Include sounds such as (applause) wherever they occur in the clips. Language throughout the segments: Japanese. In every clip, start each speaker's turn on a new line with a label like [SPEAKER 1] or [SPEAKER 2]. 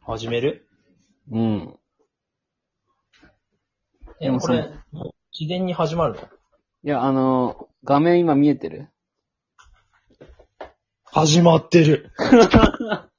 [SPEAKER 1] 始める
[SPEAKER 2] うん。
[SPEAKER 1] え、
[SPEAKER 2] でも
[SPEAKER 1] これ
[SPEAKER 2] そ、
[SPEAKER 1] もう自然に始まるの
[SPEAKER 2] いや、あの、画面今見えてる
[SPEAKER 1] 始まってる。出た。
[SPEAKER 2] あ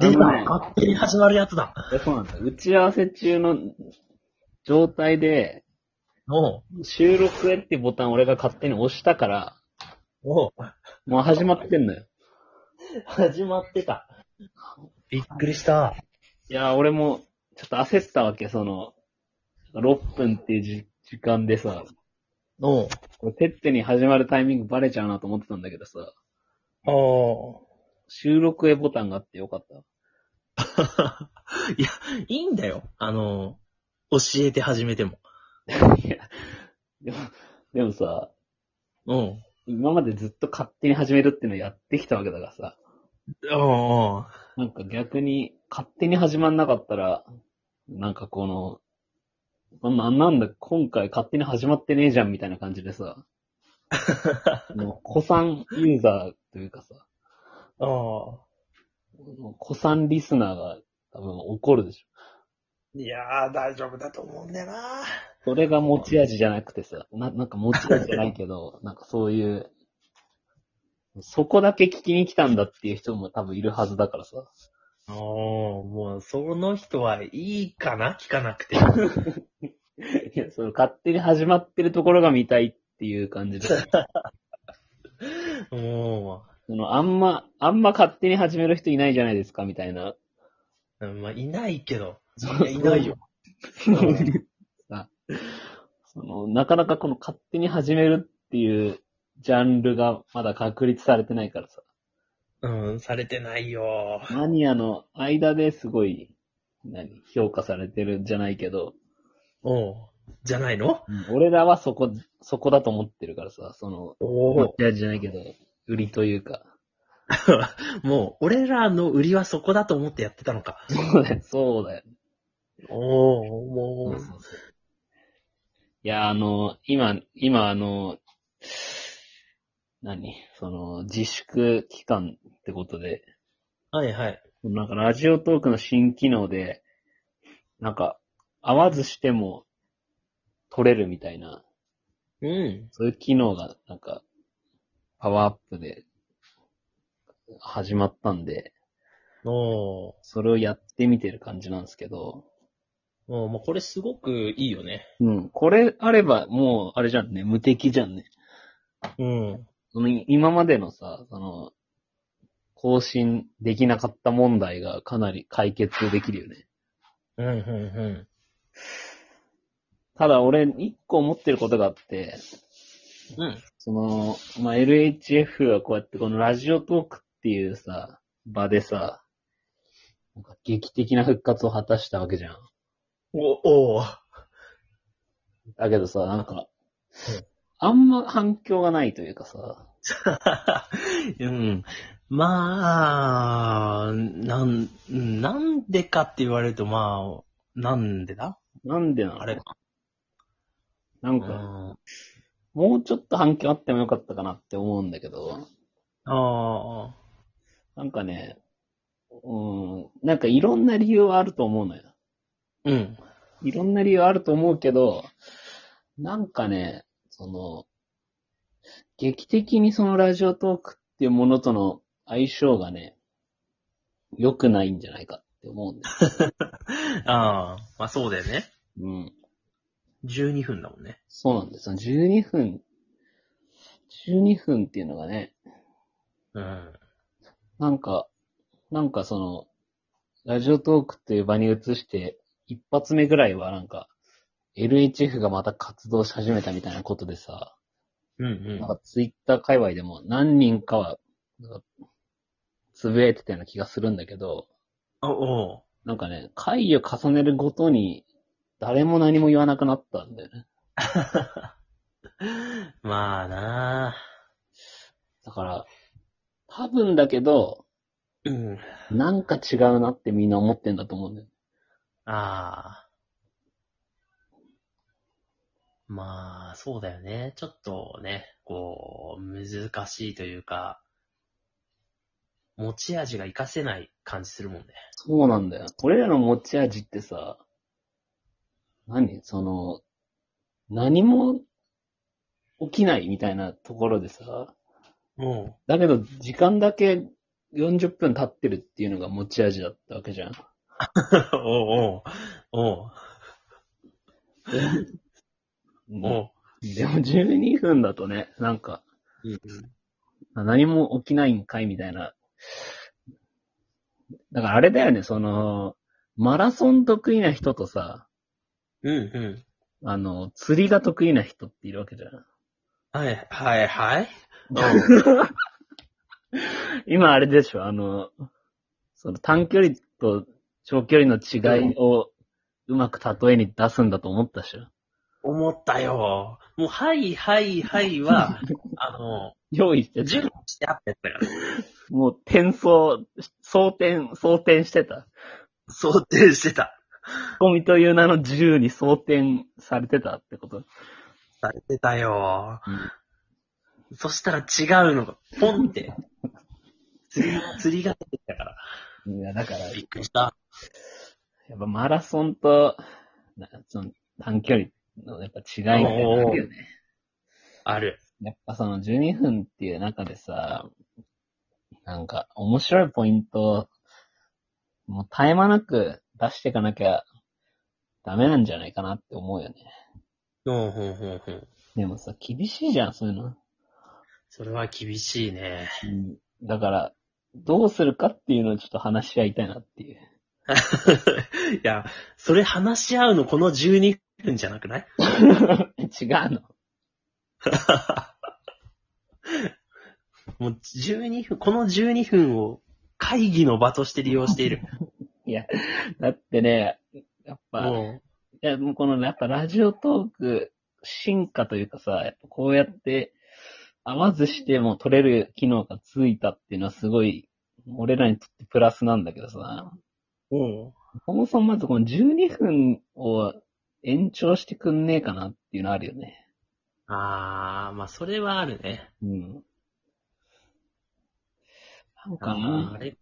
[SPEAKER 2] のね
[SPEAKER 1] 勝手に始まるやつだ。
[SPEAKER 2] いやそうなんだ。打ち合わせ中の状態で、
[SPEAKER 1] おう
[SPEAKER 2] 収録へってボタン俺が勝手に押したから、
[SPEAKER 1] おう
[SPEAKER 2] もう始まってんのよ。
[SPEAKER 1] 始まってた。びっくりした。
[SPEAKER 2] いや、俺も、ちょっと焦ったわけ、その、6分っていうじ時間でさ、
[SPEAKER 1] おう
[SPEAKER 2] これてってに始まるタイミングバレちゃうなと思ってたんだけどさ、
[SPEAKER 1] あ
[SPEAKER 2] 収録へボタンがあってよかった。
[SPEAKER 1] あ。いや、いいんだよ。あの、教えて始めても。
[SPEAKER 2] でも、でもさ、
[SPEAKER 1] うん。
[SPEAKER 2] 今までずっと勝手に始めるっていうのやってきたわけだからさ、
[SPEAKER 1] ああ。
[SPEAKER 2] なんか逆に、勝手に始まんなかったら、なんかこの、あななんだ、今回勝手に始まってねえじゃんみたいな感じでさ、もう、子さんユーザーというかさ、
[SPEAKER 1] ああ。
[SPEAKER 2] もう子さんリスナーが多分怒るでしょ。
[SPEAKER 1] いやー、大丈夫だと思うんだよな。
[SPEAKER 2] それが持ち味じゃなくてさ、な、なんか持ち味じゃないけど、 (laughs) なんかそういう、そこだけ聞きに来たんだっていう人も多分いるはずだからさ。
[SPEAKER 1] ああ、もう、その人はいいかな聞かなくて。 (laughs)
[SPEAKER 2] いや、その勝手に始まってるところが見たいっていう感じで。
[SPEAKER 1] も
[SPEAKER 2] その、あんま、あんま勝手に始める人いないじゃないですか、みたいな。
[SPEAKER 1] う、まあ、いないけど。いやいないよ。
[SPEAKER 2] さその、なかなかこの勝手に始めるっていうジャンルがまだ確立されてないからさ。
[SPEAKER 1] うん、されてないよ。
[SPEAKER 2] マニアの間ですごい、何、評価されてるんじゃないけど、
[SPEAKER 1] おうじゃないの
[SPEAKER 2] 俺らはそこ、そこだと思ってるからさ、その、
[SPEAKER 1] お
[SPEAKER 2] 持ち味じゃないけど、売りというか。
[SPEAKER 1] もう、俺らの売りはそこだと思ってやってたのか。
[SPEAKER 2] そうだよ、そうだよ。
[SPEAKER 1] おおも
[SPEAKER 2] そうそうそういや、あの、今、今、あの、何その、自粛期間ってことで、
[SPEAKER 1] う、はいはい。
[SPEAKER 2] なんかラジオトークの新機能で、なんか、合わずしても、取れるみたいな、
[SPEAKER 1] うん。
[SPEAKER 2] そういう機能が、なんか、パワーアップで、始まったんで、
[SPEAKER 1] おう
[SPEAKER 2] それをやってみてる感じなんですけど、
[SPEAKER 1] おうもうこれすごくいいよね。
[SPEAKER 2] うん、これあれば、もう、あれじゃんね、無敵じゃんね。
[SPEAKER 1] うん。
[SPEAKER 2] その今までのさ、その、更新できなかった問題がかなり解決できるよね。
[SPEAKER 1] うん、うん、
[SPEAKER 2] ただ俺、一個思ってることがあって、
[SPEAKER 1] うん。うん。
[SPEAKER 2] その、まあ、LHF はこうやってこのラジオトークっていうさ、場でさ、なんか劇的な復活を果たしたわけじゃん。
[SPEAKER 1] お、おう
[SPEAKER 2] だけどさ、なんか、あんま反響がないというかさ、
[SPEAKER 1] うん。まあ、なん、なんでかって言われると、まあ、なんでだ
[SPEAKER 2] なんでなの
[SPEAKER 1] あれか。
[SPEAKER 2] なん
[SPEAKER 1] う
[SPEAKER 2] か、
[SPEAKER 1] ん。
[SPEAKER 2] もうちょっと反響あってもよかったかなって思うんだけど、
[SPEAKER 1] あ
[SPEAKER 2] なんかね、うん、なんかいろんな理由はあると思うのよ。
[SPEAKER 1] あ。うん。
[SPEAKER 2] いろんな理由はあると思うけど、なんかね、その、劇的にそのラジオトークっていうものとの相性がね、良くないんじゃないかって思うんだよ。
[SPEAKER 1] ああ、まあそうだよね。
[SPEAKER 2] うん。
[SPEAKER 1] 12分だもんね。
[SPEAKER 2] そうなんですよ。12分、12分っていうのがね、
[SPEAKER 1] うん。
[SPEAKER 2] なんか、なんかその、ラジオトークっていう場に移して、一発目ぐらいはなんか、LHF がまた活動し始めたみたいなことでさ、
[SPEAKER 1] うん
[SPEAKER 2] なんかツイッター界隈でも何人かは、なんかつぶやいてたような気がするんだけど、
[SPEAKER 1] うん。おお
[SPEAKER 2] なんかね、回を重ねるごとに、誰も何も言わなくなったんだよね。
[SPEAKER 1] う。まあなあ。
[SPEAKER 2] だから、多分だけど、
[SPEAKER 1] うん。
[SPEAKER 2] なんか違うなってみんな思ってんだと思うんだよ。
[SPEAKER 1] ああ。まあ、そうだよね。ちょっとね、こう、難しいというか、持ち味が活かせない感じするもんね。
[SPEAKER 2] そうなんだよ。俺らの持ち味ってさ、何その、何も起きないみたいなところでさ、
[SPEAKER 1] も
[SPEAKER 2] だけど時間だけ40分経ってるっていうのが持ち味だったわけじゃん。
[SPEAKER 1] う。おうおう。おうお
[SPEAKER 2] で
[SPEAKER 1] う。
[SPEAKER 2] も12分だとね、なんか、
[SPEAKER 1] うん
[SPEAKER 2] あ何も起きないんかいみたいな。だからあれだよね、その、マラソン得意な人とさ、
[SPEAKER 1] うんうん。
[SPEAKER 2] あの、釣りが得意な人っているわけじゃん。
[SPEAKER 1] はい、はい、はい。おう
[SPEAKER 2] 今あれでしょ、あの、その短距離と長距離の違いをうまく例えに出すんだと思ったでしょ。
[SPEAKER 1] 思ったよ。もう、はい、はい、はい (laughs) は、あの、
[SPEAKER 2] 用意して
[SPEAKER 1] 準
[SPEAKER 2] た。
[SPEAKER 1] 備してあったやつだから。
[SPEAKER 2] もう転送、装填、装填してた。
[SPEAKER 1] 想定してた。
[SPEAKER 2] ゴミという名の自由に装填されてたってこと。
[SPEAKER 1] されてたよ。そしたら違うのが、ポンって。釣り、釣りが出てきたから。
[SPEAKER 2] いや、だから、
[SPEAKER 1] びっくりした。
[SPEAKER 2] やっぱマラソンと、なその短距離のやっぱ違いみたいなのあるよね。
[SPEAKER 1] ある。
[SPEAKER 2] やっぱその12分っていう中でさ、なんか面白いポイントを、もう絶え間なく出していかなきゃダメなんじゃないかなって思うよね。
[SPEAKER 1] うん、うん、うん、うん。
[SPEAKER 2] でもさ、厳しいじゃん、そういうの。
[SPEAKER 1] それは厳しいね。 (laughs)
[SPEAKER 2] だから、どうするかっていうのをちょっと話し合いたいなっていう。 (laughs)
[SPEAKER 1] いや、それ話し合うのこの12分じゃなくない
[SPEAKER 2] 違うの。
[SPEAKER 1] もう12分、この12分を会議の場として利用してい (laughs) る。
[SPEAKER 2] だってね、やっぱ、
[SPEAKER 1] も
[SPEAKER 2] いや、もうこの、やっぱラジオトーク、進化というかさ、やっぱこうやって、合わずしても取れる機能がついたっていうのはすごい、俺らにとってプラスなんだけどさ、
[SPEAKER 1] う、も
[SPEAKER 2] そもそもまずこの12分を延長してくんねえかなっていうのあるよね。
[SPEAKER 1] う、あー、まあそれはあるね。
[SPEAKER 2] うん。なんか
[SPEAKER 1] あーあ
[SPEAKER 2] な、
[SPEAKER 1] れ、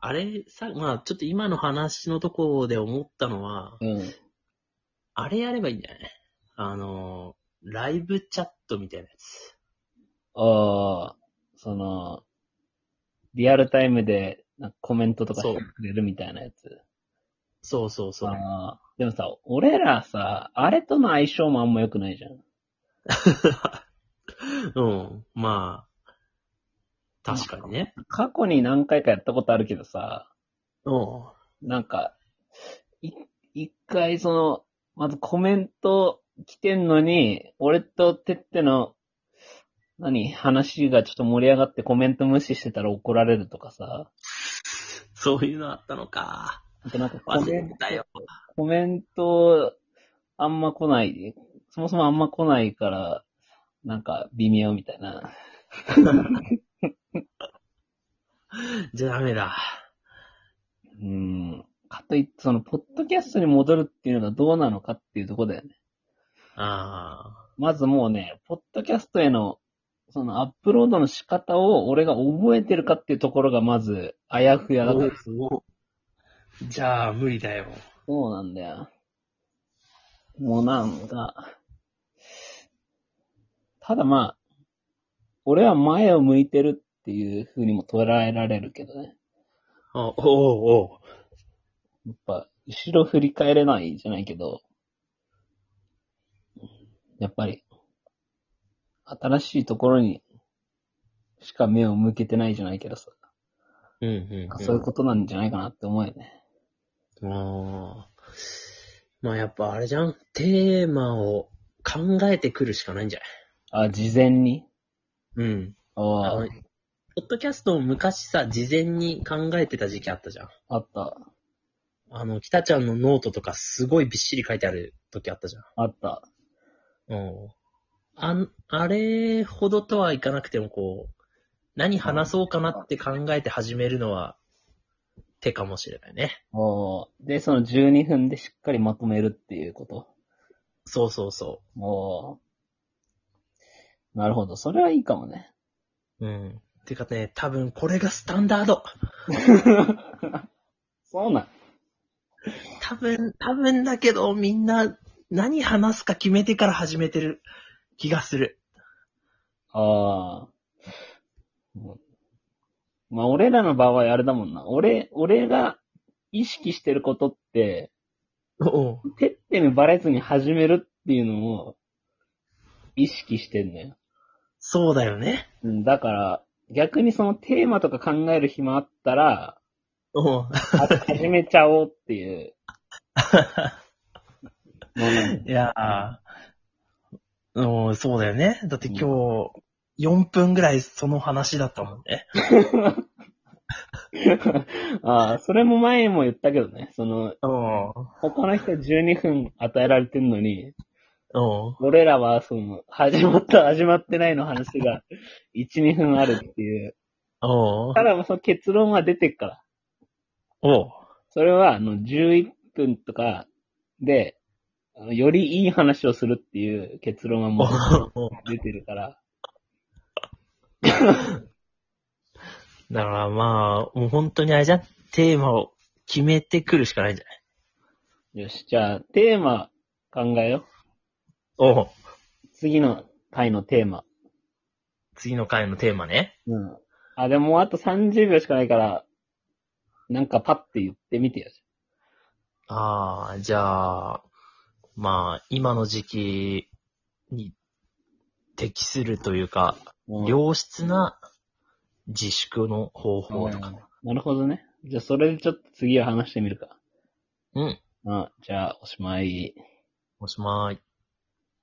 [SPEAKER 1] あれさ、まあちょっと今の話のところで思ったのは、
[SPEAKER 2] うん。
[SPEAKER 1] あれやればいいんじゃないあのー、ライブチャットみたいなやつ。
[SPEAKER 2] ああ、その、リアルタイムでなんかコメントとかしてくれるみたいなやつ。
[SPEAKER 1] そうそうそう。
[SPEAKER 2] ああ。でもさ、俺らさ、あれとの相性もあんま良くないじゃ
[SPEAKER 1] (laughs)
[SPEAKER 2] ん。
[SPEAKER 1] うん、まあ、確かにね。
[SPEAKER 2] 過去に何回かやったことあるけどさ、
[SPEAKER 1] うん。
[SPEAKER 2] なんか、い一回その、まずコメント来てんのに、俺とてっての、何、話がちょっと盛り上がってコメント無視してたら怒られるとかさ、
[SPEAKER 1] そういうのあったのか。
[SPEAKER 2] あとなんかコ
[SPEAKER 1] 忘
[SPEAKER 2] メ
[SPEAKER 1] れ
[SPEAKER 2] ン
[SPEAKER 1] てたよ。
[SPEAKER 2] コメント、あんま来ない、そもそもあんま来ないから、なんか微妙みたいな。
[SPEAKER 1] じゃあダメだ。
[SPEAKER 2] うん。かといって、その、ポッドキャストに戻るっていうのがどうなのかっていうとこだよね。
[SPEAKER 1] あ
[SPEAKER 2] まずもうね、ポッドキャストへの、その、アップロードの仕方を俺が覚えてるかっていうところがまず、あやふ
[SPEAKER 1] あ。
[SPEAKER 2] やだから。
[SPEAKER 1] すごい。じゃあ、無理だよ。
[SPEAKER 2] そうなんだよ。もうなんか、ただまあ、俺は前を向いてるっていう風にも捉えられるけどね。
[SPEAKER 1] おおうおう
[SPEAKER 2] やっぱ、後ろ振り返れないじゃないけど、やっぱり、新しいところにしか目を向けてないじゃないけどさ、
[SPEAKER 1] うんうん、うん。
[SPEAKER 2] そういうことなんじゃないかなって思うよね。
[SPEAKER 1] ああ。まあやっぱあれじゃん。テーマを考えてくるしかないんじゃ
[SPEAKER 2] あ、事前に
[SPEAKER 1] ないうん。あ
[SPEAKER 2] あ
[SPEAKER 1] のポ
[SPEAKER 2] あ、
[SPEAKER 1] ッドキャストを昔さ、事前に考えてた時期あったじゃん。
[SPEAKER 2] あった、
[SPEAKER 1] あの、北ちゃんのノートとかすごいびっしり書いてある時あったじゃん。
[SPEAKER 2] あった。
[SPEAKER 1] うん。あん、あれほどとはいかなくてもこう、何話そうかなって考えて始めるのは、手かもしれないね。
[SPEAKER 2] おーで、その12分でしっかりまとめるっていうこと。
[SPEAKER 1] そうそうそ
[SPEAKER 2] おーなるほど。それはいいかもね。 (laughs)
[SPEAKER 1] う。うん。てかね、多分これがスタンダード。
[SPEAKER 2] そうなん。
[SPEAKER 1] 多分、多分だけど、みんな何話すか決めてから始めてる気がする。
[SPEAKER 2] ああ。うんまあ、俺らの場合あれだもんな。俺、俺が意識してることって、
[SPEAKER 1] おう
[SPEAKER 2] てってにバレずに始めるっていうのを意識してんのよ。
[SPEAKER 1] そうだよね。
[SPEAKER 2] うん、だから、逆にそのテーマとか考える暇あったら、
[SPEAKER 1] おう (laughs)
[SPEAKER 2] は始めちゃおうっていうもの。
[SPEAKER 1] いやー、おうそうだよね。だって今日、4分ぐらいその話だったもんね。
[SPEAKER 2] ああ、それも前も言ったけどね。その、
[SPEAKER 1] おう
[SPEAKER 2] 他の人12分与えられてんのに、
[SPEAKER 1] おう
[SPEAKER 2] 俺らはその、始まった、始まってないの話が1、2分あるっていう。
[SPEAKER 1] おう
[SPEAKER 2] ただもうその結論は出てっから。
[SPEAKER 1] おう
[SPEAKER 2] それは、あの、11分とかで、あのよりいい話をするっていう結論はも
[SPEAKER 1] (laughs)
[SPEAKER 2] う
[SPEAKER 1] おう
[SPEAKER 2] 出てるから。
[SPEAKER 1] だからまあ、もう本当にあれじゃん。テーマを決めてくるしかないんじゃない
[SPEAKER 2] よし、じゃあ、テーマ考えよう。
[SPEAKER 1] おう
[SPEAKER 2] 次の回のテーマ。
[SPEAKER 1] 次の回のテーマね。
[SPEAKER 2] うん。あ、でもあと30秒しかないから、なんかパッて言ってみてよ。
[SPEAKER 1] ああ、じゃあ、まあ、今の時期に適するというか、
[SPEAKER 2] うん
[SPEAKER 1] 良質な自粛の方法とか。
[SPEAKER 2] うんなるほどね。じゃあ、それでちょっと次は話してみるか。
[SPEAKER 1] うん、
[SPEAKER 2] うん。じゃあ、おしまい。
[SPEAKER 1] おしまい。